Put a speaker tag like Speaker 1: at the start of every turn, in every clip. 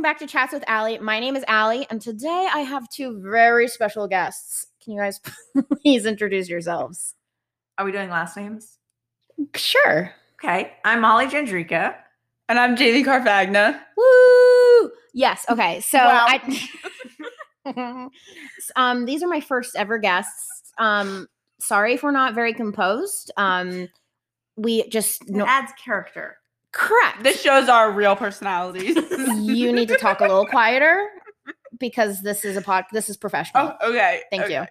Speaker 1: back to Chats with Allie. My name is Allie, and today I have two very special guests. Can you guys please introduce yourselves?
Speaker 2: Are we doing last names?
Speaker 1: Sure.
Speaker 2: Okay. I'm Molly Jandrika.
Speaker 3: And I'm Jamie Carfagna.
Speaker 1: Woo! Yes. Okay. So
Speaker 3: Wow.
Speaker 1: I um these are my first ever guests. Um sorry if we're not very composed. Um we just
Speaker 2: It
Speaker 1: no
Speaker 2: adds character.
Speaker 1: correct.
Speaker 3: This shows our real personalities.
Speaker 1: you need to talk a little quieter because this is a pod this is professional.
Speaker 3: Oh, okay.
Speaker 1: Thank
Speaker 3: okay.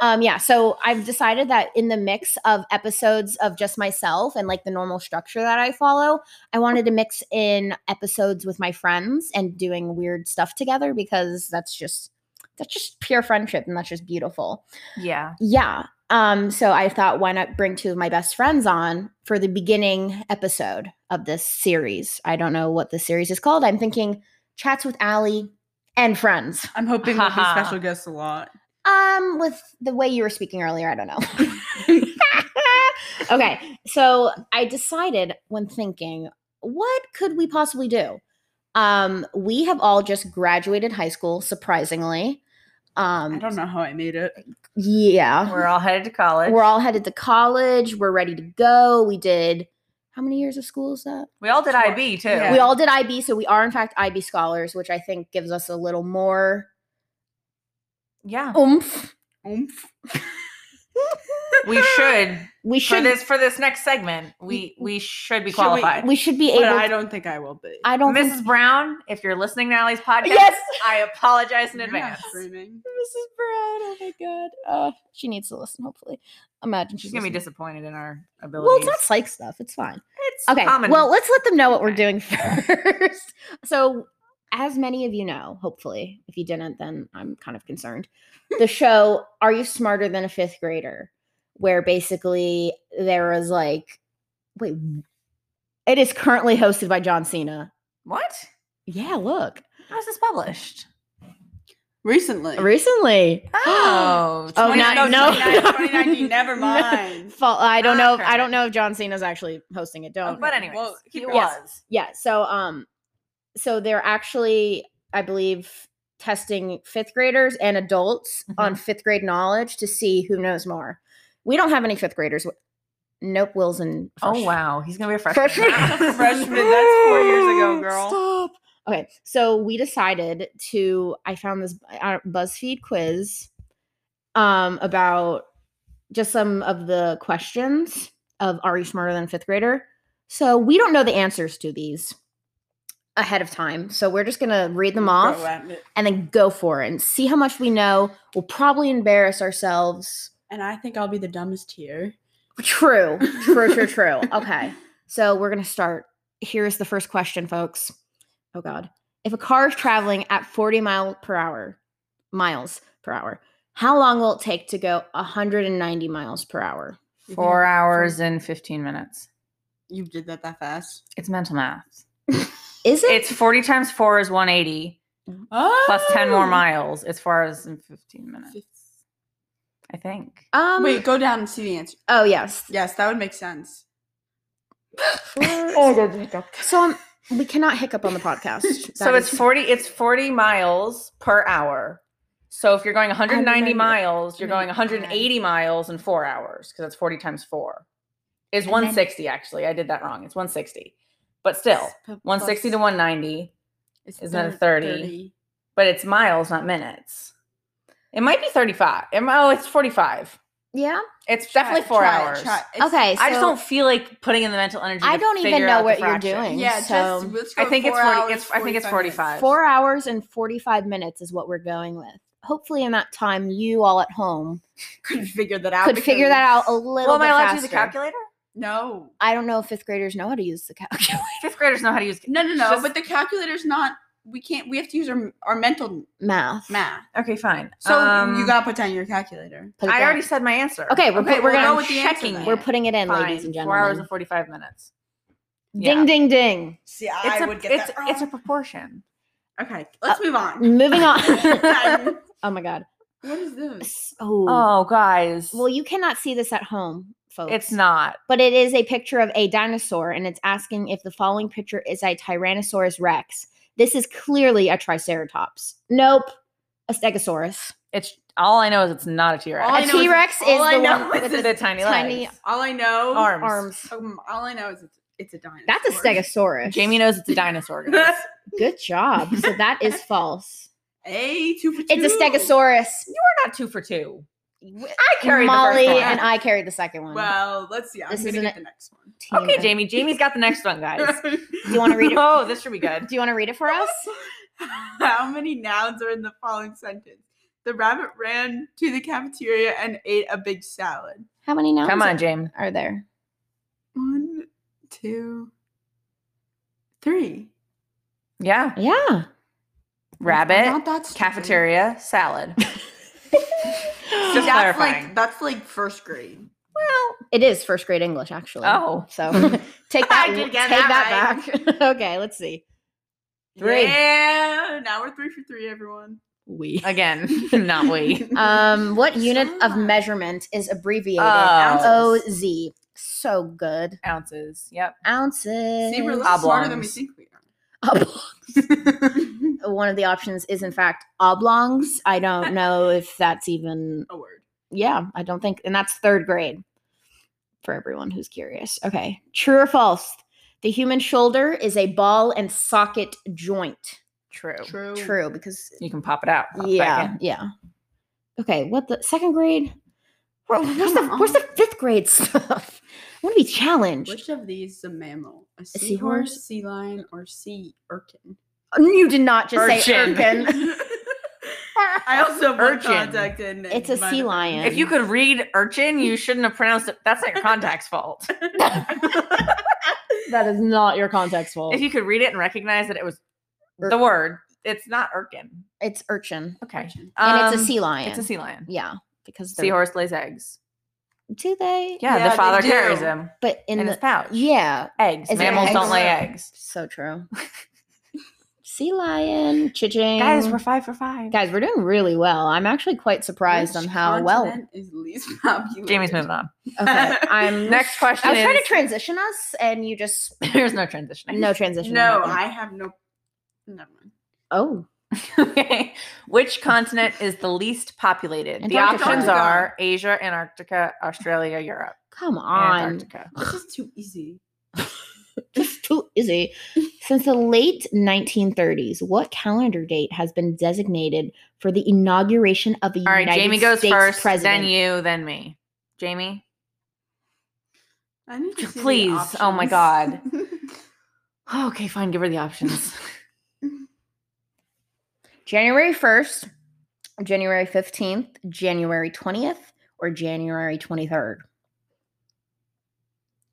Speaker 1: um yeah so i've decided that in the mix of episodes of just myself and like the normal structure that i follow i wanted to mix in episodes with my friends and doing weird stuff together because that's just that's just pure friendship and that's just beautiful
Speaker 2: Yeah.
Speaker 1: yeah um so i thought why not bring two of my best friends on for the beginning episode of this series i don't know what the series is called i'm thinking chats with Allie and friends
Speaker 3: I'm hoping we'll be special guests a lot.
Speaker 1: um, with the way you were speaking earlier, I don't know. okay, so I decided when thinking, what could we possibly do? Um, we have all just graduated high school, surprisingly. Um,
Speaker 3: I don't know how I made it.
Speaker 1: Yeah,
Speaker 2: We're all headed to college.
Speaker 1: we're all headed to college. We're ready to go. We did how many years of school is that?
Speaker 2: we all did IB too.
Speaker 3: Yeah.
Speaker 1: We all did IB, so we are in fact IB scholars, which I think gives us a little more
Speaker 2: yeah.
Speaker 1: oomph.
Speaker 3: Oomph.
Speaker 2: We should
Speaker 1: We
Speaker 2: for
Speaker 1: should
Speaker 2: this for this next segment. We we should be
Speaker 3: Should we-
Speaker 2: qualified.
Speaker 1: we should be able.
Speaker 3: But I
Speaker 1: I,
Speaker 3: don't think I will be.
Speaker 1: I don't think
Speaker 2: Mrs. Brown, if you're listening to Allie's podcast,
Speaker 1: Yes.
Speaker 2: I apologize in
Speaker 3: You're not
Speaker 2: advance.
Speaker 3: screaming.
Speaker 1: Mrs. Brown. Oh my god. Uh, she needs to listen. Hopefully, imagine she's,
Speaker 2: She's gonna be
Speaker 1: listening.
Speaker 2: disappointed in our ability.
Speaker 1: Well, it's not psych stuff. It's fine.
Speaker 2: It's
Speaker 1: Okay.
Speaker 2: common.
Speaker 1: Well, let's let them know what we're doing first. so, as many of you know, hopefully, if you didn't, then I'm kind of concerned. The show "Are You Smarter Than a Fifth Grader," where basically there was like, wait, it is currently hosted by John Cena.
Speaker 2: what?
Speaker 1: Yeah, look,
Speaker 2: How is this published?
Speaker 3: Recently.
Speaker 1: recently.
Speaker 2: Oh,
Speaker 1: Oh,
Speaker 3: no,
Speaker 1: now-
Speaker 3: no,
Speaker 1: no.
Speaker 3: 29, 2019, never
Speaker 1: No.
Speaker 3: mind.
Speaker 1: Fall, I don't know. I
Speaker 2: Ah, Okay.
Speaker 1: don't know if John Cena's actually hosting it. Don't.
Speaker 2: but anyways,
Speaker 3: Well,
Speaker 2: he
Speaker 3: keep
Speaker 2: was.
Speaker 3: going.
Speaker 1: yeah so um so they're actually i believe testing fifth graders and adults
Speaker 2: Mm-hmm.
Speaker 1: on fifth grade knowledge to see who knows more we don't have any fifth graders nope wills and
Speaker 2: Oh
Speaker 1: Fersh.
Speaker 2: wow, he's gonna be a freshman.
Speaker 1: Freshman.
Speaker 2: now.
Speaker 3: Freshman, that's four years ago, girl.
Speaker 1: Stop. Okay, so we decided to. I found this uh, BuzzFeed quiz um, about just some of the questions of Are You Smarter Than a Fifth Grader? So we don't know the answers to these ahead of time. So we're just gonna read them off
Speaker 3: Go at it.
Speaker 1: and then go for it and see how much we know. We'll probably embarrass ourselves.
Speaker 3: And I think I'll be the dumbest here.
Speaker 1: True, true, true, true. Okay. So we're going to start. Here's the first question, folks. Oh, God. If a car is traveling at 40 mile per hour, miles per hour, how long will it take to go 190 miles per hour?
Speaker 2: Four hours and fifteen minutes.
Speaker 3: You did that that fast.
Speaker 2: It's mental math.
Speaker 1: Is it?
Speaker 2: It's forty times four is one eighty
Speaker 3: Oh.
Speaker 2: plus ten more miles. It's four hours and fifteen minutes. I think.
Speaker 1: um,
Speaker 3: Wait, go down and see the answer.
Speaker 1: Oh, yes.
Speaker 3: Yes, that would make sense.
Speaker 1: Oh, So um, we cannot hiccup on the podcast.
Speaker 2: so
Speaker 1: That
Speaker 2: it's
Speaker 1: is-
Speaker 2: forty. It's forty miles per hour. So if you're going 190
Speaker 1: remember.
Speaker 2: miles, you're going
Speaker 1: Remember that.
Speaker 2: 180 miles in four hours because that's 40 times four. Is
Speaker 1: And then-
Speaker 2: 160 actually? I did that wrong. It's 160, but still 160 to 190. Isn't that a 30? but it's miles, not minutes. It might be 35. It, mi- oh, it's 45.
Speaker 1: Yeah.
Speaker 2: It's definitely four hours.
Speaker 1: Okay. So
Speaker 2: I just don't feel like putting in the mental energy.
Speaker 1: I
Speaker 2: to
Speaker 1: don't even
Speaker 2: figure
Speaker 1: know
Speaker 2: out the
Speaker 1: what you're
Speaker 2: fraction.
Speaker 1: doing.
Speaker 3: Yeah,
Speaker 1: so-
Speaker 3: just let's
Speaker 2: I
Speaker 3: go
Speaker 2: think it's
Speaker 3: four
Speaker 2: 40
Speaker 3: hours,
Speaker 2: it's- I think it's
Speaker 3: 45 minutes.
Speaker 2: 45.
Speaker 1: four hours and 45 minutes is what we're going with. Hopefully, in that time, you all at home
Speaker 3: Could figure that out.
Speaker 1: could figure that out a
Speaker 3: because-
Speaker 1: little
Speaker 2: Well, am
Speaker 1: bit
Speaker 2: I allowed to
Speaker 1: faster.
Speaker 2: use a calculator?
Speaker 3: No.
Speaker 1: I don't know if fifth graders know how to use the calculator.
Speaker 2: Fifth graders know how to use.
Speaker 3: No, no, no.
Speaker 2: Just-
Speaker 3: but the calculator's not. We can't. We have to use our, our mental
Speaker 1: Math.
Speaker 3: math.
Speaker 2: Okay, fine.
Speaker 3: So
Speaker 2: Um,
Speaker 3: you gotta put down your calculator.
Speaker 1: Put it
Speaker 2: I
Speaker 1: down.
Speaker 2: already said my answer.
Speaker 1: Okay, we're,
Speaker 3: Okay,
Speaker 1: put, we're
Speaker 3: we'll
Speaker 1: gonna
Speaker 3: go with the answer
Speaker 2: checking.
Speaker 3: then.
Speaker 1: we're putting it in, ladies
Speaker 2: Fine,
Speaker 1: and
Speaker 2: Four hours
Speaker 1: gentlemen.
Speaker 2: and forty-five minutes.
Speaker 1: ding, ding, ding.
Speaker 3: See,
Speaker 2: It's a- it's, It's a proportion.
Speaker 3: okay, let's move on.
Speaker 1: Moving on.
Speaker 3: Um,
Speaker 1: oh my god.
Speaker 3: what is this?
Speaker 1: Oh.
Speaker 2: Oh, guys.
Speaker 1: Well, you cannot see this at home, folks.
Speaker 2: it's not.
Speaker 1: but it is a picture of a dinosaur, and it's asking if the following picture is a Tyrannosaurus Rex. This is clearly a Triceratops. Nope, a Stegosaurus.
Speaker 2: It's all I know is it's not a T
Speaker 3: All I
Speaker 1: A
Speaker 2: Rex.
Speaker 3: know is-
Speaker 1: T Rex is
Speaker 3: all I
Speaker 1: the
Speaker 3: know
Speaker 1: one
Speaker 3: is
Speaker 1: with
Speaker 2: With
Speaker 1: the
Speaker 2: the tiny,
Speaker 1: tiny
Speaker 2: legs.
Speaker 3: All I know.
Speaker 2: arms.
Speaker 1: arms.
Speaker 3: Um, all I know is it's, it's a dinosaur.
Speaker 1: That's a Stegosaurus.
Speaker 2: Jamie knows it's a dinosaur. guys.
Speaker 1: Good job. So that is false.
Speaker 3: a two for two.
Speaker 1: It's a Stegosaurus.
Speaker 2: We're not two for two. I carried
Speaker 1: Molly
Speaker 2: the first one.
Speaker 1: and I carried the second one.
Speaker 3: Well, let's see. I'm
Speaker 1: This
Speaker 3: gonna
Speaker 1: isn't
Speaker 3: get
Speaker 1: a-
Speaker 3: the next one.
Speaker 1: Team
Speaker 2: okay,
Speaker 1: of-
Speaker 2: Jamie. Jamie's got the next one, guys.
Speaker 1: Do you want to read it?
Speaker 2: Oh, this should be good.
Speaker 1: Do you want to read it for us?
Speaker 3: How many nouns are in the following sentence? The rabbit ran to the cafeteria and ate a big salad.
Speaker 1: How many nouns?
Speaker 2: Come on, James.
Speaker 1: Are there?
Speaker 3: One, two, three.
Speaker 2: Yeah.
Speaker 1: Yeah.
Speaker 2: Rabbit,
Speaker 3: Not that stupid.
Speaker 2: cafeteria, salad.
Speaker 3: See,
Speaker 2: Just
Speaker 3: that's
Speaker 2: clarifying.
Speaker 3: like that's like first grade.
Speaker 1: It is first grade English, actually.
Speaker 2: Oh.
Speaker 1: so take that.
Speaker 3: I did
Speaker 1: take
Speaker 3: get
Speaker 1: that,
Speaker 3: that
Speaker 1: back. okay, let's see. Three.
Speaker 3: Yeah, now we're three for three, everyone.
Speaker 1: We.
Speaker 2: Again, not we.
Speaker 1: Um, what unit of
Speaker 3: Stop.
Speaker 1: measurement is abbreviated
Speaker 2: Oh.
Speaker 1: OZ? So good.
Speaker 2: Ounces. Yep.
Speaker 1: Ounces.
Speaker 3: See, we're a little smarter than we
Speaker 2: Oblongs.
Speaker 3: think we are.
Speaker 1: Oblongs. One of the options is, in fact, oblongs. I don't know if that's even
Speaker 2: Oh,
Speaker 3: A word.
Speaker 1: yeah, I don't think, and that's third grade for everyone who's curious. Okay, true or false? The human shoulder is a ball and socket joint.
Speaker 2: True.
Speaker 3: True.
Speaker 1: True, because
Speaker 2: You can pop it out. pop it Oh, back
Speaker 1: yeah,
Speaker 2: in.
Speaker 1: yeah. Okay, what the second grade? Where- Where's the
Speaker 3: Come
Speaker 1: where's the fifth grade stuff? I want to be challenged.
Speaker 3: Which of these is a mammal? A
Speaker 1: seahorse?
Speaker 3: seahorse, sea lion, or sea urchin?
Speaker 1: You did not just say
Speaker 2: Urchin.
Speaker 1: urchin.
Speaker 3: I also put
Speaker 2: Urchin.
Speaker 3: contact in.
Speaker 1: It's a
Speaker 3: my-
Speaker 1: sea lion.
Speaker 2: If you could read urchin, you shouldn't have pronounced it. That's not your contact's fault.
Speaker 1: that is not your context fault.
Speaker 2: If you could read it and recognize that it was
Speaker 1: Ur-
Speaker 2: the word, it's not urchin.
Speaker 1: It's urchin,
Speaker 2: Okay.
Speaker 1: and it's
Speaker 2: Um,
Speaker 1: a sea lion.
Speaker 2: It's a sea lion.
Speaker 1: Yeah, because they're-
Speaker 2: Seahorse lays eggs.
Speaker 1: Do they?
Speaker 2: Yeah,
Speaker 3: Yeah,
Speaker 2: the
Speaker 3: they
Speaker 2: father
Speaker 3: do.
Speaker 2: carries them
Speaker 1: but in
Speaker 2: in
Speaker 1: the
Speaker 2: his pouch.
Speaker 1: yeah,
Speaker 2: Eggs.
Speaker 1: Is it
Speaker 2: Mammals
Speaker 1: eggs?
Speaker 2: don't lay eggs.
Speaker 1: So true. sea lion, cha-ching.
Speaker 2: Guys, we're five for five.
Speaker 1: Guys, we're doing really well. I'm actually quite surprised on
Speaker 3: Which
Speaker 1: how well.
Speaker 3: continent Is least populated.
Speaker 2: Jamie's moving on.
Speaker 1: Okay, I'm.
Speaker 2: Next question
Speaker 1: I was trying to
Speaker 2: is-
Speaker 1: transition us, and you just
Speaker 2: There's no transitioning.
Speaker 1: no transition.
Speaker 3: No,
Speaker 1: happened.
Speaker 3: I have no. Never mind.
Speaker 1: Oh,
Speaker 2: okay. Which continent is the least populated? The
Speaker 1: Antarctica.
Speaker 2: options are Asia, Antarctica, Australia, Europe.
Speaker 1: come on.
Speaker 2: Antarctica.
Speaker 3: This is too easy.
Speaker 1: This is too easy. Since the late 1930s, what calendar date has been designated for the inauguration of a
Speaker 2: All right,
Speaker 1: United
Speaker 2: Jamie goes
Speaker 1: States
Speaker 2: first,
Speaker 1: president?
Speaker 2: then you, then me. Jamie?
Speaker 3: I need to see the
Speaker 2: Please. Oh my
Speaker 3: options.
Speaker 2: God.
Speaker 1: Oh,
Speaker 2: Okay, fine. Give her the options.
Speaker 1: January 1st, January 15th, January 20th, or January 23rd.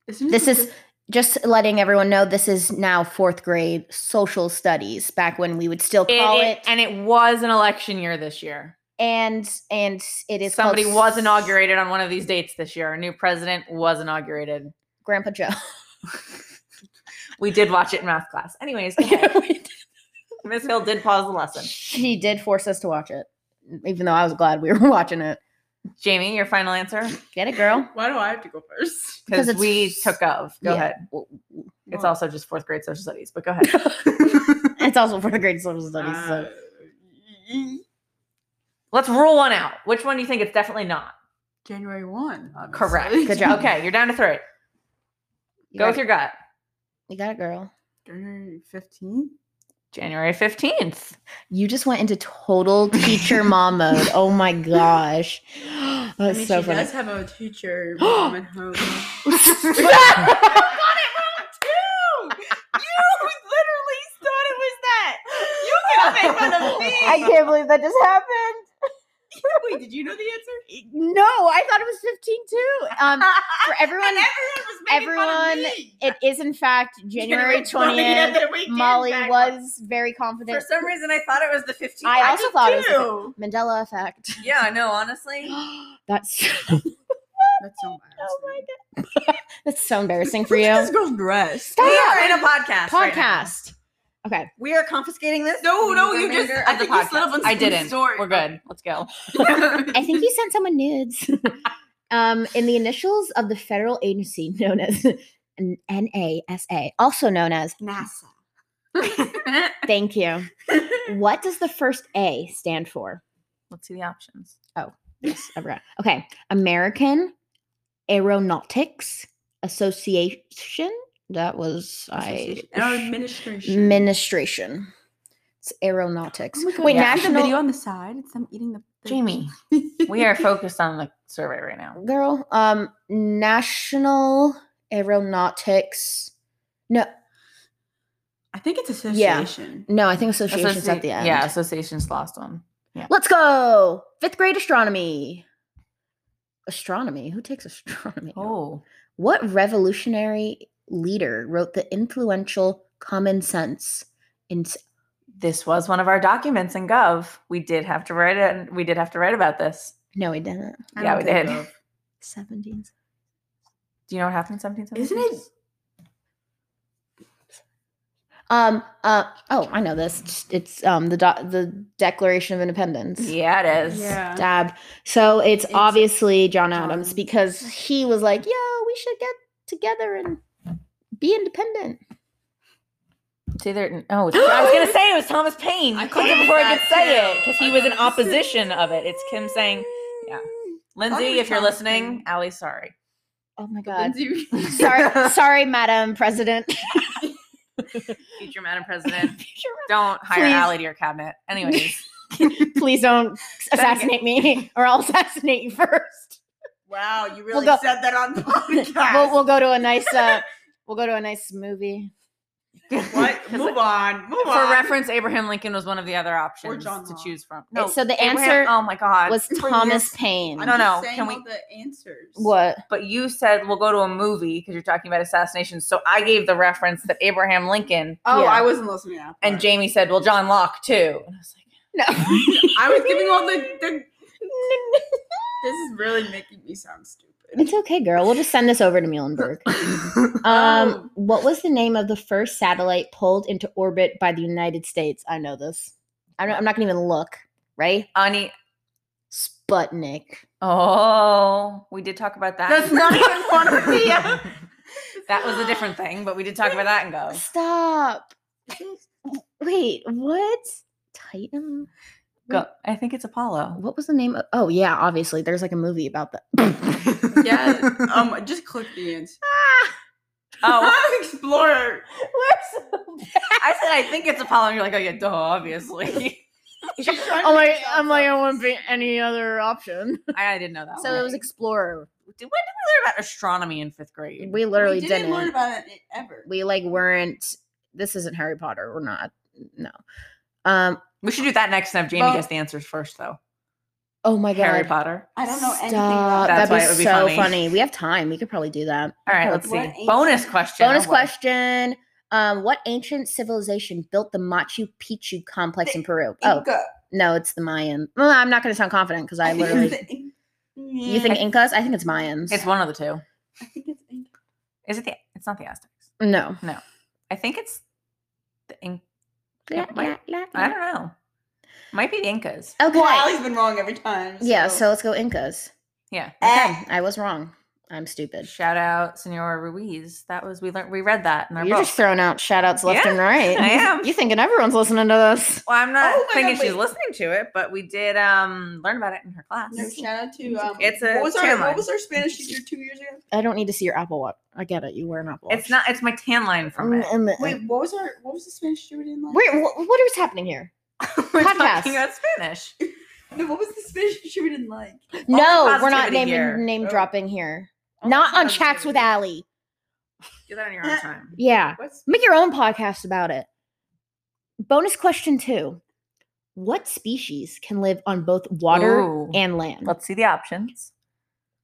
Speaker 3: Isn't it
Speaker 1: This
Speaker 3: the
Speaker 1: is- Just letting everyone know, this is now fourth grade social studies. Back when we would still
Speaker 2: It-
Speaker 1: call
Speaker 2: it-
Speaker 1: it,
Speaker 2: and it was an election year this year.
Speaker 1: and and it is called
Speaker 2: Somebody was
Speaker 1: s-
Speaker 2: inaugurated on one of these dates this year. A new president was inaugurated.
Speaker 1: Grandpa Joe.
Speaker 2: We did watch it in math class. Anyways, okay. Miss Hill did pause the lesson.
Speaker 1: she did force us to watch it, even though I was glad we were watching it.
Speaker 2: Jamie, your final answer?
Speaker 1: Get it, girl.
Speaker 3: Why do I have to go first?
Speaker 1: Because
Speaker 2: Because
Speaker 1: it's-
Speaker 2: we took of. Go
Speaker 1: Yeah.
Speaker 2: ahead. It's also just fourth grade social studies, but go ahead.
Speaker 1: It's also for the grade social studies.
Speaker 3: Uh,
Speaker 1: so.
Speaker 3: y-
Speaker 2: Let's rule one out. Which one do you think it's definitely not?
Speaker 3: January one. obviously.
Speaker 2: Correct.
Speaker 1: Good job.
Speaker 2: Okay, you're down to three.
Speaker 1: You
Speaker 2: Go
Speaker 1: got
Speaker 2: with
Speaker 1: it-
Speaker 2: your gut.
Speaker 1: You got it, girl.
Speaker 3: January fifteenth.
Speaker 2: January 15th.
Speaker 1: You just went into total teacher mom mode. Oh my gosh. That's
Speaker 3: I mean,
Speaker 1: so
Speaker 3: she
Speaker 1: funny.
Speaker 3: does have a teacher mom at home.
Speaker 2: I
Speaker 3: Two! You literally thought it was that. You
Speaker 1: I can't believe that just happened.
Speaker 3: Wait, did you know the answer?
Speaker 1: No, I thought it was 15 too. Um, for everyone,
Speaker 3: and everyone was
Speaker 1: everyone-
Speaker 3: making fun of me.
Speaker 1: it is in fact January 20th.
Speaker 3: 20th, that we did
Speaker 1: Molly
Speaker 3: back up.
Speaker 1: was very
Speaker 2: For
Speaker 1: confident.
Speaker 2: some reason, I thought it was the 15th.
Speaker 1: I also
Speaker 2: did
Speaker 1: thought it was the
Speaker 2: too.
Speaker 1: Mandela effect.
Speaker 2: Yeah, I know, honestly.
Speaker 1: That's
Speaker 3: That's so embarrassing.
Speaker 1: Oh my that's so embarrassing for
Speaker 3: Look at
Speaker 1: you.
Speaker 3: This girl's dress.
Speaker 1: Stop.
Speaker 2: We are in a podcast. right now. Oh,
Speaker 1: Podcast. Okay.
Speaker 2: we are confiscating this.
Speaker 3: No,
Speaker 2: from
Speaker 3: no,
Speaker 2: the
Speaker 3: you just-
Speaker 2: remainder
Speaker 3: I
Speaker 2: of
Speaker 3: think you slid up on
Speaker 2: I
Speaker 3: some
Speaker 2: didn't.
Speaker 3: story.
Speaker 2: We're good. Let's go.
Speaker 1: I think you sent someone nudes. um, in the initials of the federal agency known as N- NASA, also known as
Speaker 3: NASA.
Speaker 1: Thank you. What does the first A stand for?
Speaker 2: Let's see the options.
Speaker 1: Yes, I forgot. Okay. American Aeronautics Association. That was I
Speaker 3: Association- Our administration.
Speaker 1: administration. It's aeronautics.
Speaker 3: Oh my God,
Speaker 1: Wait,
Speaker 3: you see the video
Speaker 1: national
Speaker 3: on the side. It's them eating the. the-
Speaker 2: Jamie, we are focused on the survey right now.
Speaker 1: girl. Um, National Aeronautics. No,
Speaker 3: I think it's
Speaker 1: Yeah.
Speaker 3: association.
Speaker 1: no, I think association's
Speaker 2: Associ-
Speaker 1: at the end.
Speaker 2: Yeah, association's lost one.
Speaker 1: Let's go. Fifth grade astronomy. Astronomy. Who takes astronomy?
Speaker 2: Oh,
Speaker 1: What revolutionary leader wrote the influential Common Sense? In-
Speaker 2: this was one of our documents in Gov. We did have to write it. We did have to write about this.
Speaker 1: no, he didn't.
Speaker 3: I
Speaker 2: Yeah,
Speaker 3: don't
Speaker 2: we
Speaker 3: think
Speaker 2: did.
Speaker 3: of-
Speaker 1: 17th.
Speaker 2: Do you know what happened in 1776?
Speaker 3: Isn't it?
Speaker 1: Um. Uh. Oh, I know this. It's um the doc the Declaration of Independence.
Speaker 2: Yeah, it is.
Speaker 3: Yeah.
Speaker 1: Dab. So it's,
Speaker 3: It's
Speaker 1: obviously John Adams
Speaker 3: John.
Speaker 1: because he was like, "Yo, we should get together and be independent."
Speaker 2: It's either no. It's, I was gonna say it was Thomas Paine.
Speaker 3: I
Speaker 2: You clicked
Speaker 3: thought
Speaker 2: it before I
Speaker 3: that
Speaker 2: could say it
Speaker 3: too.
Speaker 2: because he
Speaker 3: I
Speaker 2: was in
Speaker 3: thought it was-
Speaker 2: opposition of it. It's Kim saying, yeah.
Speaker 3: it
Speaker 2: Lindsay,
Speaker 3: was
Speaker 2: if you're
Speaker 3: Thomas
Speaker 2: listening,
Speaker 3: Paine.
Speaker 2: Allie, sorry.
Speaker 1: Oh my
Speaker 2: Uh,
Speaker 1: God.
Speaker 3: Lindsay-
Speaker 1: sorry, sorry, Madam President.
Speaker 2: Future Madam President,
Speaker 1: Future
Speaker 2: don't hire
Speaker 1: Please.
Speaker 2: Allie to your cabinet. Anyways,
Speaker 1: please don't assassinate me or I'll assassinate you first.
Speaker 3: Wow, you really
Speaker 1: We'll go-
Speaker 3: said that on the podcast.
Speaker 1: We'll, we'll go to a nice uh, we'll go to a nice movie.
Speaker 3: what?
Speaker 2: 'Cause
Speaker 3: Move on. Move
Speaker 2: for
Speaker 3: on.
Speaker 2: reference, Abraham Lincoln was one of the other options
Speaker 3: John
Speaker 2: to
Speaker 3: Locke.
Speaker 2: choose from.
Speaker 1: so the
Speaker 2: Abraham-
Speaker 1: answer
Speaker 2: Oh my God.
Speaker 1: Was
Speaker 3: Please.
Speaker 1: Thomas Paine.
Speaker 3: I'm
Speaker 2: No,
Speaker 3: just
Speaker 2: no,
Speaker 3: saying
Speaker 2: can
Speaker 3: all
Speaker 2: we-
Speaker 3: the answers?
Speaker 1: What?
Speaker 2: but you said we'll go to a movie because you're talking about assassinations. So I gave the reference that Abraham Lincoln
Speaker 3: Oh,
Speaker 1: Yeah.
Speaker 3: I wasn't listening. Out
Speaker 2: and Jamie said, well, John Locke too. And I was like,
Speaker 1: No.
Speaker 3: I was giving all the, the. This is really making me sound stupid.
Speaker 1: It's okay, girl. We'll just send this over to Muhlenberg. Um,
Speaker 3: Oh.
Speaker 1: what was the name of the first satellite pulled into orbit by the United States? I know this. I'm not, I'm not gonna even look. Right?
Speaker 2: Ani,
Speaker 1: Sputnik.
Speaker 2: oh, we did talk about that.
Speaker 3: That's not even one of the.
Speaker 2: that was a different thing, but we did talk about that and go.
Speaker 1: Stop. Wait, what? Titan?
Speaker 2: Go. I think it's Apollo.
Speaker 1: What was the name of? Oh yeah, obviously there's like a movie about that.
Speaker 3: Yeah. Um, just click the answer.
Speaker 2: Oh,
Speaker 3: Explorer.
Speaker 2: I said I think it's Apollo. And you're like, oh yeah, duh, obviously.
Speaker 3: She's trying to
Speaker 1: oh my!
Speaker 3: make
Speaker 1: I'm like, I
Speaker 3: sound
Speaker 1: won't be any other option.
Speaker 2: I, I didn't know that.
Speaker 1: So
Speaker 2: one.
Speaker 1: it was Explorer.
Speaker 2: Did- when did we learn about astronomy in fifth grade?
Speaker 1: We literally
Speaker 3: we
Speaker 1: didn't.
Speaker 3: didn't learn about it ever.
Speaker 1: we like weren't. This isn't Harry Potter. We're not. No. Um.
Speaker 2: We should do that next time. Jamie
Speaker 3: Well-
Speaker 2: gets the answers first, though.
Speaker 1: Oh my god.
Speaker 2: Harry Potter.
Speaker 3: I don't know anything
Speaker 1: Stop.
Speaker 3: about
Speaker 2: That's
Speaker 1: That'd
Speaker 2: why
Speaker 1: be
Speaker 2: it would be
Speaker 1: so
Speaker 2: funny.
Speaker 1: funny. We have time. We could probably do that.
Speaker 2: All right,
Speaker 1: Okay.
Speaker 2: let's
Speaker 3: What
Speaker 2: see.
Speaker 3: ancient-
Speaker 2: Bonus question.
Speaker 1: Bonus
Speaker 2: Oh, boy.
Speaker 1: question. Um, what ancient civilization built the Machu Picchu complex
Speaker 3: The
Speaker 1: in Peru? Oh
Speaker 3: Inca.
Speaker 1: no, it's the Mayan. Well, I'm not going to sound confident because Oh, I
Speaker 3: think it's
Speaker 1: literally.
Speaker 3: the Inca.
Speaker 1: You think Incas? I think it's Mayans.
Speaker 2: It's one of the two.
Speaker 3: I think it's Inca.
Speaker 2: Is it the? It's not the Aztecs.
Speaker 1: no.
Speaker 2: I think it's the Inc.
Speaker 1: La,
Speaker 2: It might-
Speaker 1: la, la,
Speaker 2: I
Speaker 1: la.
Speaker 2: don't know. Might be the Incas.
Speaker 1: Okay.
Speaker 3: Well, Allie's been wrong every time.
Speaker 1: yeah, so let's go Incas.
Speaker 2: Yeah.
Speaker 3: Eh.
Speaker 1: Okay, I was wrong. I'm stupid.
Speaker 2: Shout out Senora Ruiz. That was we learned we read that in our
Speaker 1: You're
Speaker 2: book.
Speaker 1: just throwing out shout outs left
Speaker 2: Yeah,
Speaker 1: and right.
Speaker 2: I
Speaker 1: You-
Speaker 2: am.
Speaker 1: You thinking everyone's listening to this?
Speaker 2: well, I'm not
Speaker 3: Oh my
Speaker 2: thinking
Speaker 3: God,
Speaker 2: she's
Speaker 3: wait.
Speaker 2: listening to it, but we did um learn about it in her class.
Speaker 3: No, shout out to um,
Speaker 2: It's a
Speaker 1: uh,
Speaker 3: what was our
Speaker 2: tan line.
Speaker 3: what was our Spanish teacher two years ago?
Speaker 1: I don't need to see your Apple Watch. I get it. You wear an Apple Watch.
Speaker 2: It's not. It's my tan line from it.
Speaker 1: Mm, mm, mm.
Speaker 3: Wait, what was our what was the Spanish teacher we didn't like?
Speaker 1: Wait, wh- what is happening here?
Speaker 2: We're
Speaker 1: podcast.
Speaker 2: talking about Spanish.
Speaker 3: No, what was the Spanish teacher we didn't like?
Speaker 1: No, we're not
Speaker 2: positivity
Speaker 1: naming
Speaker 2: here.
Speaker 1: name
Speaker 3: Oh.
Speaker 1: dropping here.
Speaker 3: Only
Speaker 1: Not on chats with
Speaker 3: positivity.
Speaker 1: Allie.
Speaker 2: Do that on your own time.
Speaker 1: Yeah.
Speaker 3: What's
Speaker 1: Make your own podcast about it. Bonus question two. What species can live on both water
Speaker 2: Ooh.
Speaker 1: and land?
Speaker 2: Let's see the options.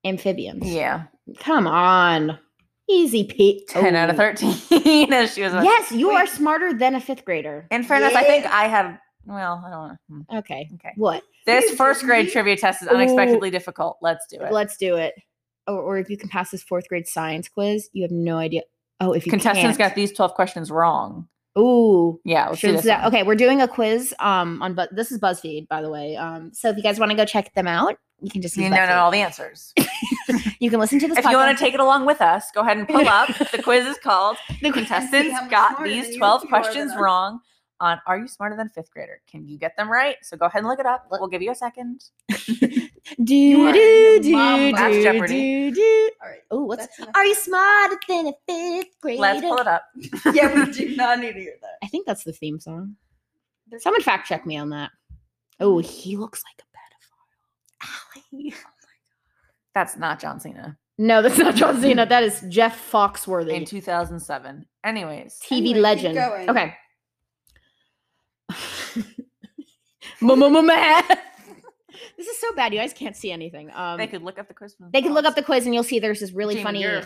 Speaker 1: Amphibians.
Speaker 2: Yeah,
Speaker 1: Come on. Easy, Pete.
Speaker 2: ten out of thirteen. As she was. about-
Speaker 1: Yes, you are
Speaker 3: Wait.
Speaker 1: smarter than a fifth grader.
Speaker 2: In fairness, I think
Speaker 3: Yeah.
Speaker 2: I have. Well, I don't know.
Speaker 1: Okay.
Speaker 2: Okay.
Speaker 1: What?
Speaker 2: This
Speaker 3: Dude,
Speaker 2: first grade
Speaker 3: you-
Speaker 2: trivia test is
Speaker 1: Ooh.
Speaker 2: unexpectedly difficult. Let's do it.
Speaker 1: Let's do it. Or, or if you can pass this fourth grade science quiz, you have no idea. Oh, if you
Speaker 2: Contestants got
Speaker 1: can't.
Speaker 2: these twelve questions wrong.
Speaker 1: Ooh.
Speaker 2: Yeah, let's do
Speaker 1: Should
Speaker 2: this
Speaker 1: that-
Speaker 2: one.
Speaker 1: okay, we're doing a quiz um on but this is BuzzFeed, by the way. Um, so if you guys want to go check them out, you can just
Speaker 2: You
Speaker 1: use
Speaker 2: know,
Speaker 1: butt
Speaker 2: know all the answers. if
Speaker 1: feet. You can listen to this.
Speaker 2: you want to take it along with us, go ahead and pull up. The quiz is called
Speaker 1: take
Speaker 2: Contestants
Speaker 3: how much
Speaker 2: Got
Speaker 3: smarter than
Speaker 2: These
Speaker 3: you
Speaker 2: 12
Speaker 3: you are than
Speaker 2: Questions
Speaker 3: us.
Speaker 2: Wrong on Are You Smarter Than a Fifth Grader? Can you get them right? So go ahead and look it up. We'll give you a second.
Speaker 1: do
Speaker 3: are
Speaker 1: do
Speaker 3: the mom
Speaker 1: do
Speaker 3: of
Speaker 2: That's
Speaker 1: do
Speaker 2: Jeopardy.
Speaker 1: do do.
Speaker 3: All right.
Speaker 1: Oh, what's
Speaker 3: that's enough.
Speaker 1: are you smarter than a fifth grader?
Speaker 2: Let's pull it up.
Speaker 3: yeah, we do not need to hear that.
Speaker 1: I think that's the theme song. Someone fact check me on that. Oh,
Speaker 2: Mm.
Speaker 1: he looks like a pedophile. Allie.
Speaker 2: That's not John Cena
Speaker 1: No, that's not John Cena. That is Jeff Foxworthy,
Speaker 2: in 2007. Anyways,
Speaker 1: TV
Speaker 3: Anyway, keep
Speaker 1: legend.
Speaker 3: going.
Speaker 1: Okay. Math. This is so bad. You guys can't see anything. Um,
Speaker 2: they could look up the quiz. from
Speaker 1: they could look up
Speaker 2: themselves.
Speaker 1: the quiz and you'll see there's this really
Speaker 2: Jamie,
Speaker 1: funny
Speaker 2: you're-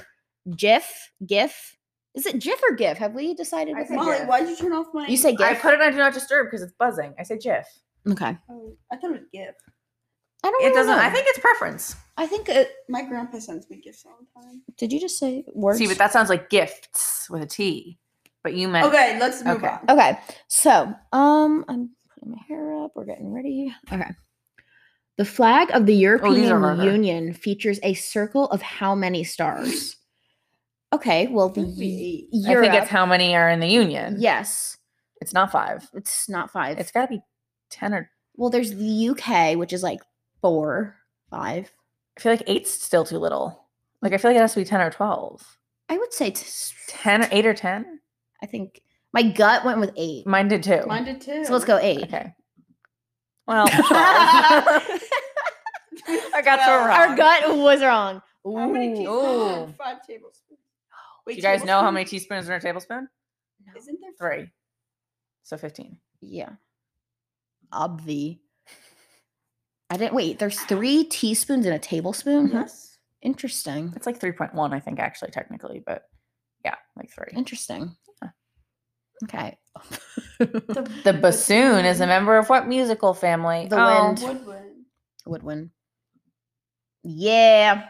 Speaker 1: GIF. GIF. Is it GIF or GIF? Have we decided?
Speaker 2: I
Speaker 1: what
Speaker 2: said
Speaker 1: the-
Speaker 3: Molly,
Speaker 2: GIF.
Speaker 3: why'd you turn off my?
Speaker 1: You say
Speaker 2: I
Speaker 1: GIF.
Speaker 2: put it on Do Not Disturb because it's buzzing. I say GIF.
Speaker 1: okay.
Speaker 3: Oh, I thought it was GIF.
Speaker 1: I don't.
Speaker 2: It
Speaker 1: really
Speaker 2: doesn't.
Speaker 1: Know.
Speaker 2: I think it's preference.
Speaker 1: I think. Uh,
Speaker 3: My grandpa sends me gifts all the time.
Speaker 1: did you just say words?
Speaker 2: See, but that sounds like gifts with a T. But you meant
Speaker 3: Okay, let's move
Speaker 2: Okay.
Speaker 3: on.
Speaker 1: Okay. So, um, I'm putting my hair up. We're getting ready. Okay. The flag of the
Speaker 2: Oh, are
Speaker 1: European
Speaker 2: harder.
Speaker 1: Union features a circle of how many stars? Okay. Well, the
Speaker 3: Must be
Speaker 1: Eu-
Speaker 2: I
Speaker 1: Europe.
Speaker 2: think it's how many are in the union.
Speaker 1: yes.
Speaker 2: it's not five.
Speaker 1: It's not five.
Speaker 2: It's got to be ten or.
Speaker 1: well, there's the UK, which is like four, five.
Speaker 2: I feel like eight's still too little. Like I feel like it has to be ten or twelve.
Speaker 1: I would say, t-
Speaker 2: Ten or eight or ten.
Speaker 1: I think my gut went with eight.
Speaker 2: Mine did too.
Speaker 3: Mine did too.
Speaker 1: So let's go eight.
Speaker 2: Okay. Well, twelve. I got so
Speaker 3: Well,
Speaker 1: Our
Speaker 2: wrong.
Speaker 1: gut was wrong.
Speaker 3: How many
Speaker 1: Ooh.
Speaker 2: Ooh.
Speaker 3: teaspoons? Five tablespoons.
Speaker 2: Do
Speaker 3: Wait,
Speaker 2: you guys know how
Speaker 3: tablespoons?
Speaker 2: many teaspoons are in a tablespoon?
Speaker 3: Isn't there
Speaker 2: Three. So fifteen.
Speaker 1: Yeah. Obvi. I didn't wait. There's three teaspoons in a tablespoon. Huh?
Speaker 3: Yes.
Speaker 1: Interesting.
Speaker 2: It's like 3.1, I think, actually, technically, but yeah, like three.
Speaker 1: Interesting.
Speaker 2: Yeah.
Speaker 1: Okay.
Speaker 3: The,
Speaker 2: The bassoon is a member of what musical family? Oh,
Speaker 1: The
Speaker 3: Mm-hmm.
Speaker 1: wind.
Speaker 3: Woodwind.
Speaker 1: Woodwind. Yeah.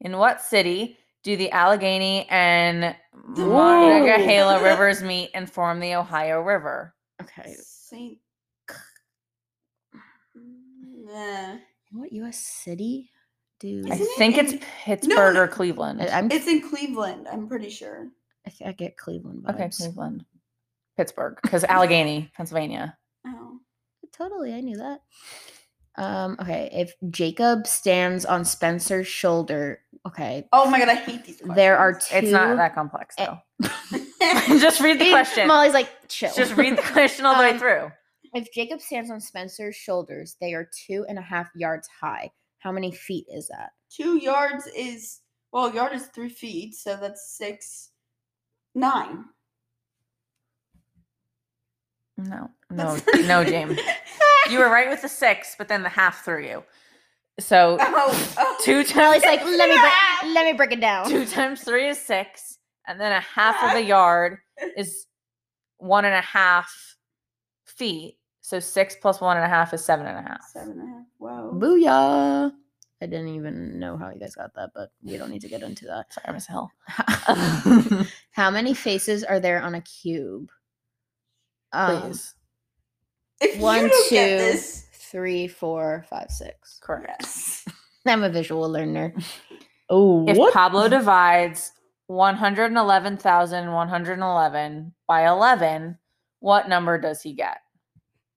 Speaker 2: In what city do the Allegheny and
Speaker 3: The
Speaker 2: Monongahela
Speaker 3: Ooh.
Speaker 2: rivers meet and form the Ohio River?
Speaker 1: Okay.
Speaker 3: Saint. Nah.
Speaker 1: In What U.S. city do
Speaker 2: I
Speaker 1: I,
Speaker 3: Isn't it
Speaker 2: think it's
Speaker 3: in-
Speaker 2: Pittsburgh
Speaker 3: no.
Speaker 2: or Cleveland.
Speaker 1: I, am
Speaker 3: It's in Cleveland, I'm pretty sure.
Speaker 1: I, think I get Cleveland
Speaker 2: okay,
Speaker 1: vibes.
Speaker 2: Cleveland. Pittsburgh, because Allegheny, Pennsylvania.
Speaker 3: Oh.
Speaker 1: Totally, I knew that. Um. Okay. If Jacob stands on Spencer's shoulder, okay.
Speaker 3: Oh my god, I hate these questions.
Speaker 1: There are two.
Speaker 2: It's not that complex,
Speaker 1: Eh.
Speaker 2: though. Just read the question.
Speaker 1: Molly's like, chill.
Speaker 2: Just read the question all the way
Speaker 1: Um,
Speaker 2: through.
Speaker 1: If Jacob stands on Spencer's shoulders, they are two and a half yards high. How many feet is that?
Speaker 3: two yards is well, a yard is three feet, so that's six, nine.
Speaker 2: No, no,
Speaker 3: That's pretty
Speaker 2: no,
Speaker 3: good.
Speaker 2: James. you were right with the six, but then the half threw you. So
Speaker 3: oh, oh.
Speaker 2: two
Speaker 1: Molly's
Speaker 2: times
Speaker 1: like, let me break, let me break it down.
Speaker 2: two times three is six, and then a half of a yard is one and a half feet. So six plus one and a half is seven and a half.
Speaker 3: Seven and a half. Whoa.
Speaker 1: Booyah! I didn't even know how you guys got that, but we don't need to get into that.
Speaker 2: Sorry, Miss Hill.
Speaker 1: how many faces are there on a cube? Um,
Speaker 2: Please.
Speaker 3: If
Speaker 1: one,
Speaker 3: you don't get
Speaker 1: two.
Speaker 3: this,
Speaker 1: three, four, five, six.
Speaker 2: Correct.
Speaker 3: yes.
Speaker 1: I'm a visual learner. Oh,
Speaker 2: If
Speaker 1: what?
Speaker 2: Pablo divides 111,111 by 11, what number does he get?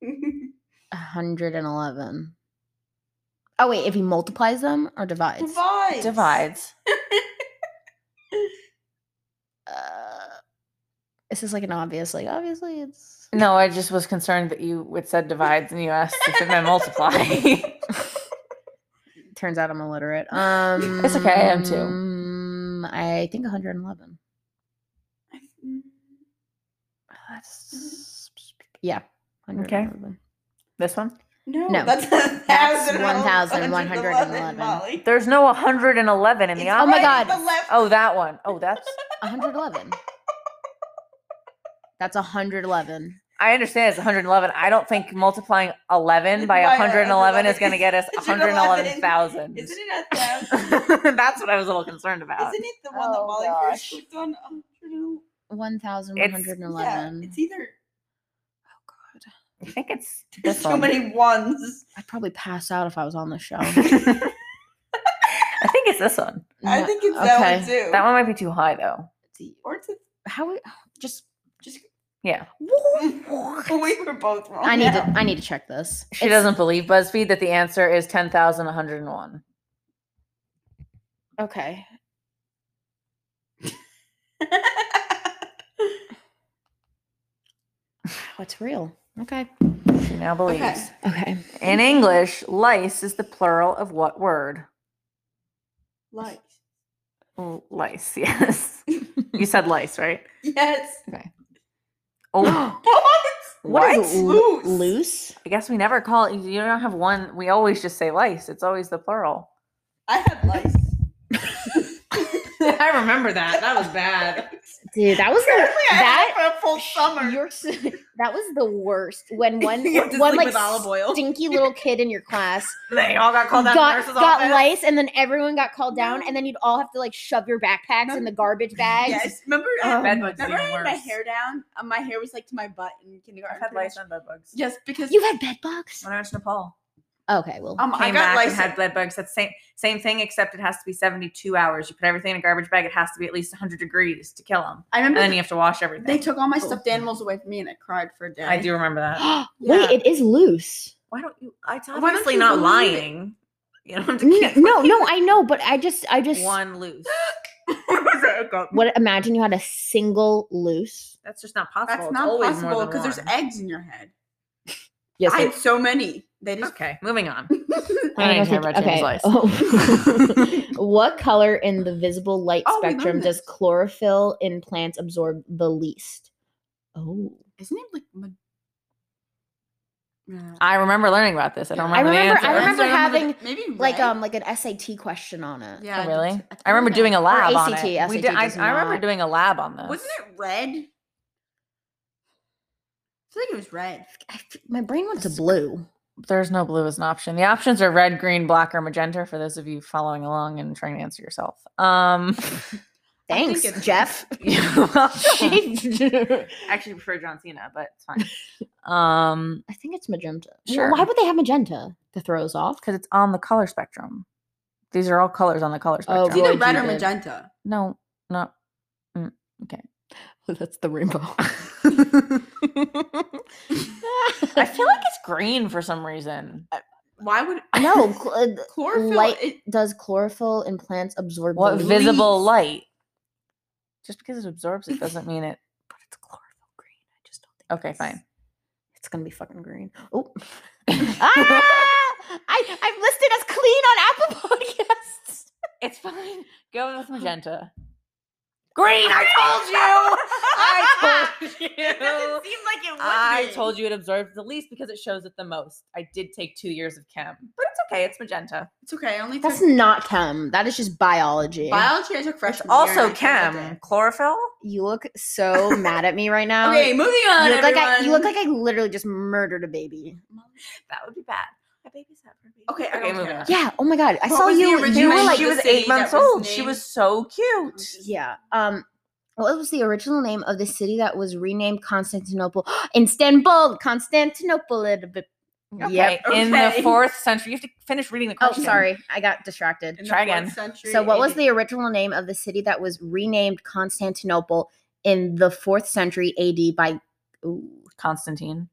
Speaker 1: 111. Oh wait, if he multiplies them or divides?
Speaker 3: Divide.
Speaker 2: Divides.
Speaker 1: uh, this is like an obvious, like obviously it's
Speaker 2: No, I just was concerned that you it said divides and you asked if it meant multiply.
Speaker 1: turns out I'm illiterate. Um,
Speaker 2: It's okay, I am too.
Speaker 1: um, I think 111.
Speaker 3: mm,
Speaker 1: Oh,
Speaker 2: That's-
Speaker 1: Yeah.
Speaker 2: Okay.
Speaker 1: 111.
Speaker 2: This one?
Speaker 3: No,
Speaker 1: No.
Speaker 3: that's a
Speaker 1: That's
Speaker 3: thousand
Speaker 1: 1,111.
Speaker 3: Molly.
Speaker 2: There's no 111 in the
Speaker 3: It's
Speaker 1: Oh my
Speaker 2: option.
Speaker 1: God.
Speaker 3: right to left.
Speaker 2: Oh, that one. Oh, that's
Speaker 1: 111. That's 111.
Speaker 2: I understand it's 111. I don't think multiplying 11
Speaker 3: By
Speaker 2: by
Speaker 1: uh,
Speaker 2: 111
Speaker 3: 111
Speaker 2: is going to get us
Speaker 3: is
Speaker 2: 111,000.
Speaker 3: Isn't it a thousand?
Speaker 2: That's what I was a little concerned about.
Speaker 3: Isn't it the one that
Speaker 1: Oh,
Speaker 3: Molly
Speaker 1: gosh.
Speaker 3: first clicked on? Oh, true.
Speaker 1: 1,111.
Speaker 3: Yeah, it's either
Speaker 2: I think it's
Speaker 3: There's
Speaker 2: this
Speaker 3: so
Speaker 2: one.
Speaker 3: many ones.
Speaker 1: I'd probably pass out if I was on the show.
Speaker 2: I think it's this one.
Speaker 3: I
Speaker 1: No-
Speaker 3: think it's that one too.
Speaker 2: That one might be too high though.
Speaker 1: The-
Speaker 3: Or it's a-
Speaker 1: How we- just
Speaker 2: Yeah.
Speaker 3: we were both wrong.
Speaker 1: I need
Speaker 3: now.
Speaker 1: to I need to check this.
Speaker 2: She
Speaker 1: It's-
Speaker 2: doesn't believe BuzzFeed that the answer is 10,101.
Speaker 1: Okay. What's real? Okay.
Speaker 2: She now believes.
Speaker 1: Okay.
Speaker 2: In English, lice is the plural of what word?
Speaker 3: Like
Speaker 2: L- Lice, yes. you said lice, right?
Speaker 3: yes.
Speaker 2: Oh,
Speaker 1: What is
Speaker 3: What?
Speaker 1: lo-
Speaker 3: Loose.
Speaker 1: loose?
Speaker 2: I guess we never call it. You don't have one. We always just say lice. It's always the plural.
Speaker 3: I had lice.
Speaker 2: I remember that. That was bad.
Speaker 1: Dude, that was the,
Speaker 3: Apparently, I
Speaker 1: that
Speaker 3: had it for a full summer.
Speaker 1: your s- that was the worst when one
Speaker 3: You have to
Speaker 1: one
Speaker 3: sleep
Speaker 1: like
Speaker 3: with olive oil.
Speaker 1: stinky little kid in your class
Speaker 2: They all got called out of
Speaker 1: got
Speaker 2: nurse's
Speaker 1: got
Speaker 2: office.
Speaker 1: lice and then everyone got called down and then you'd all have to like shove your backpacks in the garbage bags.
Speaker 3: Yes. Remember,
Speaker 1: Oh
Speaker 3: I,
Speaker 1: my
Speaker 2: Bedbugs
Speaker 3: remember I
Speaker 2: even
Speaker 3: had my
Speaker 2: worse.
Speaker 3: hair down? Uh, my hair was like to my butt in kindergarten.
Speaker 2: I've had
Speaker 3: pretty
Speaker 2: lice
Speaker 3: much.
Speaker 2: and bed bugs.
Speaker 3: Yes, because
Speaker 1: You had bed bugs?
Speaker 2: When I was in Nepal,
Speaker 1: Okay, well.
Speaker 3: um, I
Speaker 2: came
Speaker 3: got
Speaker 2: back
Speaker 3: lice.
Speaker 2: and had bed bugs. That's same same thing, except it has to be seventy two hours. You put everything in a garbage bag. It has to be at least hundred degrees to kill them,
Speaker 3: I
Speaker 2: and
Speaker 3: remember
Speaker 2: then you have to wash everything.
Speaker 3: they took all my
Speaker 1: Oh.
Speaker 3: stuffed animals away from me, and I cried for a day.
Speaker 2: I do remember that.
Speaker 1: Wait,
Speaker 3: Yeah.
Speaker 1: it is loose.
Speaker 2: Why don't you? It's
Speaker 3: Why don't
Speaker 2: obviously
Speaker 3: you
Speaker 2: not
Speaker 3: believe it?
Speaker 2: lying. You don't have to
Speaker 1: N-
Speaker 2: keep
Speaker 1: no, no, I know, but I just I just
Speaker 2: one loose.
Speaker 1: what imagine you had a single loose.
Speaker 2: That's just not possible.
Speaker 3: That's
Speaker 2: It's
Speaker 3: not
Speaker 2: always more
Speaker 3: possible
Speaker 2: than
Speaker 3: because there's
Speaker 2: one.
Speaker 3: eggs in your head.
Speaker 1: Yes.
Speaker 3: I
Speaker 1: it-
Speaker 3: had so many. They just
Speaker 2: Okay, moving on.
Speaker 1: I
Speaker 2: I
Speaker 1: don't
Speaker 2: didn't care
Speaker 1: think-
Speaker 2: about James
Speaker 1: okay.
Speaker 2: Lice.
Speaker 1: Oh. what color in the visible light
Speaker 3: Oh, we learned
Speaker 1: spectrum does
Speaker 3: this.
Speaker 1: chlorophyll in plants absorb the least? Oh,
Speaker 3: isn't it like. ma- No.
Speaker 2: I remember learning about this. I don't
Speaker 3: I
Speaker 2: remember.
Speaker 1: remember-
Speaker 2: the
Speaker 1: I
Speaker 2: answer.
Speaker 1: remember
Speaker 3: Also,
Speaker 1: having,
Speaker 3: the- maybe
Speaker 1: like
Speaker 3: red?
Speaker 1: um, like an SAT question on it.
Speaker 3: Yeah,
Speaker 2: Oh,
Speaker 3: I
Speaker 2: really?
Speaker 3: think so.
Speaker 2: I remember
Speaker 3: think
Speaker 2: doing a
Speaker 1: ACT,
Speaker 2: lab on it. We
Speaker 1: SAT
Speaker 2: did, I,
Speaker 1: does
Speaker 2: I remember
Speaker 1: not.
Speaker 2: doing a lab on this.
Speaker 3: Wasn't it red? I feel like it was red.
Speaker 1: I f- my brain went to blue.
Speaker 2: There's no blue as an option. The options are red, green, black, or magenta. For those of you following along and trying to answer yourself. Um,
Speaker 3: I think
Speaker 1: Thanks,
Speaker 3: it's-
Speaker 1: Jeff.
Speaker 2: I
Speaker 1: I
Speaker 2: actually prefer John Cena, but it's fine. Um,
Speaker 1: think it's magenta. Well,
Speaker 2: Sure.
Speaker 1: Why would they have magenta to throw us off?
Speaker 2: because it's on the color spectrum. These are all colors on the color
Speaker 1: Oh,
Speaker 2: spectrum.
Speaker 3: It's either
Speaker 1: Roy
Speaker 3: red or
Speaker 1: G. did.
Speaker 3: magenta.
Speaker 2: No, no. Mm,
Speaker 1: That's the rainbow.
Speaker 2: I feel like it's green for some reason.
Speaker 3: Why would
Speaker 1: no. cl- uh, th-
Speaker 3: chlorophyll?
Speaker 1: light-
Speaker 3: it-
Speaker 1: does chlorophyll in plants absorb?
Speaker 2: What
Speaker 1: the
Speaker 3: Blue.
Speaker 1: least?
Speaker 2: visible
Speaker 3: Leaves.
Speaker 2: light? Just because it absorbs it doesn't mean it. But it's chlorophyll green. I just don't think. Okay,
Speaker 1: it's-
Speaker 2: fine.
Speaker 1: It's gonna be fucking green. Oh, ah! I I'm listed as clean on Apple Podcasts.
Speaker 2: It's fine. Go with magenta. Green.
Speaker 3: I
Speaker 2: I told you.
Speaker 3: It doesn't seem like it would
Speaker 2: I
Speaker 3: be.
Speaker 2: told you it absorbs the least because it shows it the most. I did take two years of chem, but it's okay. It's magenta.
Speaker 3: It's okay. I only took
Speaker 1: That's not chem. That is just biology.
Speaker 3: biology. I took
Speaker 2: It's
Speaker 3: freshman. year
Speaker 2: also
Speaker 3: and I failed
Speaker 2: chem.
Speaker 3: it.
Speaker 2: Chlorophyll.
Speaker 1: you look so mad at me right now.
Speaker 3: Okay, moving on.
Speaker 1: You look like I, you look
Speaker 3: everyone.
Speaker 1: like I literally just murdered a baby.
Speaker 2: That would be bad. My baby's not for me.
Speaker 3: Okay, I don't care.
Speaker 2: Uh.
Speaker 1: Yeah. Oh my god. I
Speaker 3: What
Speaker 1: saw
Speaker 3: was the
Speaker 1: you. You
Speaker 3: original
Speaker 1: were
Speaker 3: name?
Speaker 1: like
Speaker 2: she
Speaker 3: the
Speaker 2: was
Speaker 3: city
Speaker 2: eight
Speaker 3: that
Speaker 2: months
Speaker 3: was
Speaker 2: old. She
Speaker 3: named-
Speaker 2: was so cute.
Speaker 1: yeah. Um. What was the original name of the city that was renamed Constantinople? Istanbul, Constantinople, a little bit. Yep.
Speaker 2: Okay, In the
Speaker 3: okay.
Speaker 2: fourth century, you have to finish reading the
Speaker 1: Oh,
Speaker 2: question.
Speaker 1: sorry, I got distracted.
Speaker 3: In the
Speaker 2: Try
Speaker 3: fourth
Speaker 2: again.
Speaker 3: century
Speaker 1: So, what was
Speaker 3: AD.
Speaker 1: the original name of the city that was renamed Constantinople in the fourth century AD by? Ooh,
Speaker 2: Constantine.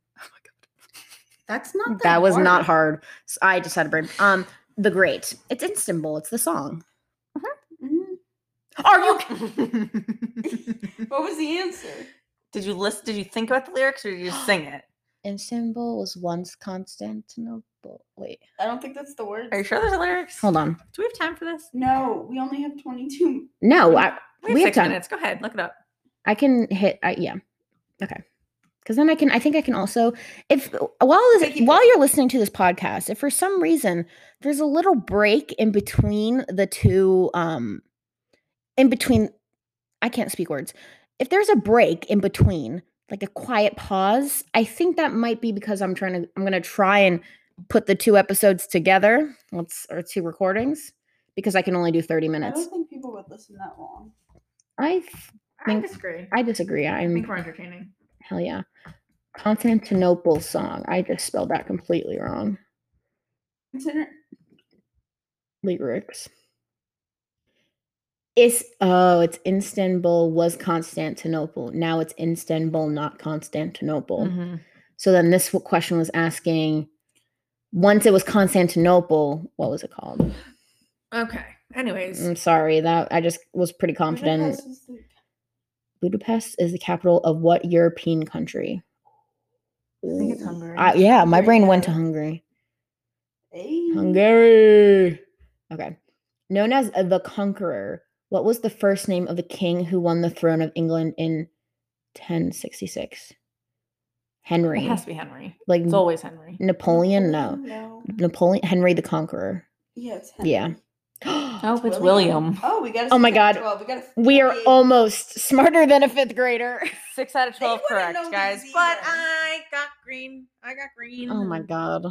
Speaker 3: That's not that,
Speaker 1: that was
Speaker 3: hard.
Speaker 1: not hard. S- I just had a brain. Um, the Great. It's Istanbul. It's the song.
Speaker 3: Mhm.
Speaker 1: Are you?
Speaker 3: What was the answer?
Speaker 2: Did you list? Did you think about the lyrics, or did you just sing it?
Speaker 1: Istanbul was once Constantinople. Wait,
Speaker 3: I don't think that's the word.
Speaker 2: Are you sure there's lyrics?
Speaker 1: hold on.
Speaker 2: Do we have time for this?
Speaker 3: No, we only have 22.
Speaker 1: No, I We have
Speaker 2: six
Speaker 1: time.
Speaker 2: minutes. Go ahead, look it up.
Speaker 1: I can hit. I, yeah. Okay. Because then I can. I think I can also. If while this,
Speaker 3: Take it
Speaker 1: while
Speaker 3: easy.
Speaker 1: you're listening to this podcast, if for some reason there's a little break in between the two, um, in between, I can't speak words. If there's a break in between, like a quiet pause, I think that might be because I'm trying to. I'm gonna try and put the two episodes together. Let's or two recordings because I can only do 30
Speaker 3: I
Speaker 1: minutes.
Speaker 3: don't think people would listen that long.
Speaker 1: I
Speaker 2: I
Speaker 1: Think-
Speaker 2: disagree. I
Speaker 1: I disagree. I'm
Speaker 2: think we're entertaining.
Speaker 1: Hell yeah. Constantinople song. I just spelled that completely wrong.
Speaker 3: Consider
Speaker 1: Lyrics. It's oh, it's Istanbul was Constantinople. Now it's Istanbul, not Constantinople.
Speaker 2: Mm-hmm.
Speaker 1: So then this w- question was asking once it was Constantinople, what was it called?
Speaker 2: Okay. Anyways,
Speaker 1: I'm sorry, that I just was pretty confident. Budapest. is the capital of what European country?
Speaker 3: I think it's
Speaker 1: Ooh.
Speaker 3: Hungary.
Speaker 1: I- yeah, my
Speaker 3: Hungary,
Speaker 1: brain
Speaker 3: yeah.
Speaker 1: went to Hungary.
Speaker 3: Hey.
Speaker 1: Hungary. Okay. Known as the Conqueror, what was the first name of the king who won the throne of England in 1066?
Speaker 2: it
Speaker 1: Henry.
Speaker 2: has to be Henry.
Speaker 1: Like
Speaker 2: It's always Henry.
Speaker 1: Mm. Napoleon? No.
Speaker 3: No.
Speaker 1: Napoleon Henry the Conqueror.
Speaker 3: Yeah, it's Henry.
Speaker 1: Yeah.
Speaker 2: Nope, it's William.
Speaker 3: Oh, we got.
Speaker 1: Oh my God.
Speaker 3: Well, we got.
Speaker 1: we are almost smarter than a fifth grader.
Speaker 2: Oh, Six out of
Speaker 3: They
Speaker 2: twelve
Speaker 3: wouldn't
Speaker 2: correct,
Speaker 3: know
Speaker 2: guys.
Speaker 3: these
Speaker 2: But
Speaker 3: either.
Speaker 2: uh, I got green. I got green.
Speaker 1: Oh my god.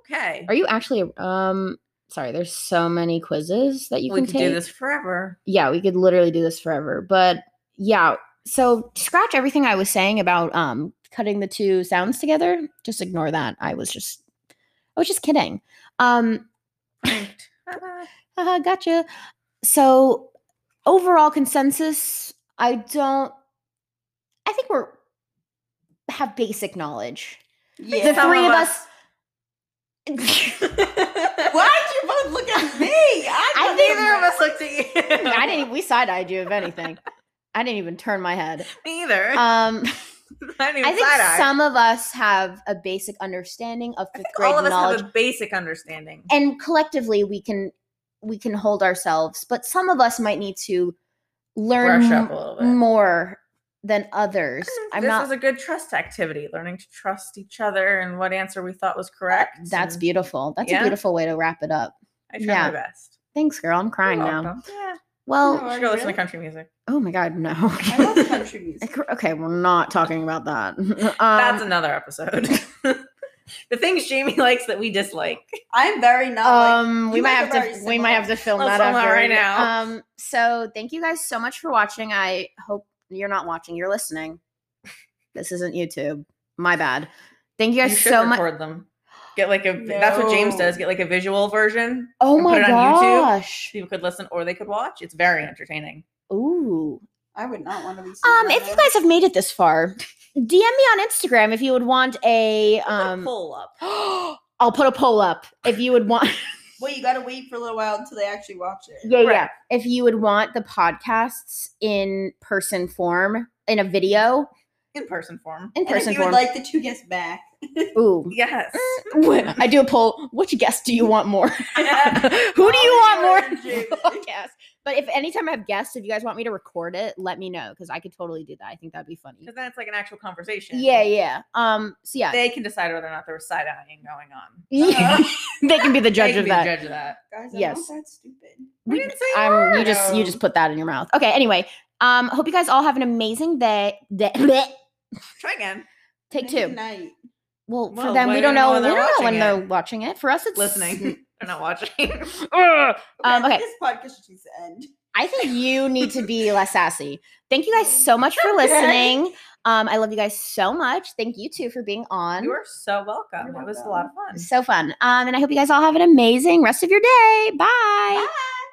Speaker 2: Okay.
Speaker 1: Are you actually um sorry, there's so many quizzes that you
Speaker 2: we
Speaker 1: can
Speaker 2: could
Speaker 1: take.
Speaker 2: do this forever.
Speaker 1: yeah, we could literally do this forever. But yeah, so scratch everything I was saying about um cutting the two sounds together. Just ignore that. I was just I was just kidding. Um
Speaker 2: Pranked. Ah.
Speaker 1: haha, gotcha. So overall consensus, I don't I think we're have basic knowledge.
Speaker 3: Yeah.
Speaker 1: the three of us,
Speaker 3: Why'd you both look at me? I,
Speaker 1: I
Speaker 3: don't
Speaker 1: think
Speaker 3: even
Speaker 1: there
Speaker 2: Neither of
Speaker 3: know.
Speaker 2: us looked at you.
Speaker 1: I didn't even we side eyed you if anything. I didn't even turn my head.
Speaker 2: either.
Speaker 1: Um
Speaker 2: I didn't even
Speaker 1: I think
Speaker 2: side-eye.
Speaker 1: some of us have a basic understanding of
Speaker 2: I
Speaker 1: fifth
Speaker 2: think
Speaker 1: grade
Speaker 2: all of us
Speaker 1: knowledge,
Speaker 2: have a basic understanding.
Speaker 1: and collectively we can we can hold ourselves. But some of us might need to learn
Speaker 2: Brush up
Speaker 1: m-
Speaker 2: a little bit. Mm,
Speaker 1: more than others. I'm
Speaker 2: this
Speaker 1: not.
Speaker 2: was a good trust activity, learning to trust each other and what answer we thought was correct.
Speaker 1: that's
Speaker 2: and
Speaker 1: beautiful. That's
Speaker 2: Yeah.
Speaker 1: a beautiful way to wrap it up.
Speaker 2: I tried
Speaker 1: yeah.
Speaker 2: my best.
Speaker 1: Thanks, girl. I'm crying
Speaker 2: You're
Speaker 1: now. Oh,
Speaker 2: welcome. Yeah.
Speaker 1: Well,
Speaker 3: No,
Speaker 2: You
Speaker 3: Are
Speaker 2: should
Speaker 3: you
Speaker 2: go listen
Speaker 3: really?
Speaker 2: to country music.
Speaker 1: oh my God, no.
Speaker 3: I love country music.
Speaker 1: okay, we're not talking about that. um,
Speaker 2: That's another episode. the things Jamie likes that we dislike.
Speaker 3: I'm very not. like,
Speaker 1: um we
Speaker 3: you
Speaker 1: might
Speaker 3: guys
Speaker 1: have
Speaker 3: are very
Speaker 1: to we might have to film
Speaker 2: Let's
Speaker 1: that
Speaker 2: film that
Speaker 1: after
Speaker 2: right now.
Speaker 1: um so thank you guys so much for watching i hope you're not watching you're listening this isn't youtube my bad thank you
Speaker 2: you
Speaker 1: guys
Speaker 2: should
Speaker 1: so much
Speaker 2: record them. Get like a that's what James
Speaker 3: No.
Speaker 2: does. Get like a visual version.
Speaker 1: oh
Speaker 2: and put
Speaker 1: my
Speaker 2: it on YouTube.
Speaker 1: gosh
Speaker 2: People could listen or they could watch. It's very entertaining.
Speaker 1: ooh
Speaker 3: I would not want to be.
Speaker 1: um if you guys have made it this far dm me on instagram if you would want a um
Speaker 2: pull up.
Speaker 1: i'll put a poll up if you would want
Speaker 3: well, you gotta wait for a little while until they actually watch it.
Speaker 1: Yeah, yeah.
Speaker 2: Right.
Speaker 1: If you would want the podcasts in person form in a video,
Speaker 2: in person form.
Speaker 1: in
Speaker 3: And if
Speaker 1: person
Speaker 3: you
Speaker 1: form.
Speaker 3: would like the two guests back,
Speaker 1: Ooh.
Speaker 2: Yes.
Speaker 1: Wh- I do a poll. Which guest do you want more? Who do you
Speaker 3: Oh,
Speaker 1: want more?
Speaker 3: you're a
Speaker 1: Podcast. But if anytime I have guests, if you guys want me to record it, let me know because I could totally do that. I think that'd be funny.
Speaker 2: Because then it's like an actual conversation.
Speaker 1: Yeah, yeah. Um. So yeah,
Speaker 2: They can decide whether or not there was side eyeing going on.
Speaker 1: Yeah. they can be the judge
Speaker 2: they can
Speaker 1: of
Speaker 2: be
Speaker 1: that.
Speaker 2: The judge of that.
Speaker 3: guys, Oh, I'm
Speaker 1: Yes.
Speaker 3: not that stupid.
Speaker 2: We didn't say you
Speaker 1: Um,
Speaker 2: were.
Speaker 1: you just you just put that in your mouth. Okay. Anyway, um, hope you guys all have an amazing day. day bleh.
Speaker 2: try again.
Speaker 1: Take
Speaker 3: Maybe
Speaker 1: two.
Speaker 3: Night.
Speaker 1: Well, for
Speaker 2: Well,
Speaker 1: them,
Speaker 2: we
Speaker 1: we don't
Speaker 2: don't
Speaker 1: know.
Speaker 2: know when
Speaker 1: We
Speaker 2: they're
Speaker 1: don't know when
Speaker 2: watching
Speaker 1: they're
Speaker 2: it.
Speaker 1: watching it. For us, it's
Speaker 2: Listening. They're not watching.
Speaker 1: Ugh. Um, okay.
Speaker 3: This podcast should just end.
Speaker 1: I think you need to be less sassy. Thank you guys so much for listening. Um, I love you guys so much. Thank you too for being on.
Speaker 2: you are so welcome.
Speaker 3: You're
Speaker 2: It was a
Speaker 3: welcome.
Speaker 2: lot of fun.
Speaker 1: So fun. Um, and I hope you guys all have an amazing rest of your day. Bye.
Speaker 3: Bye.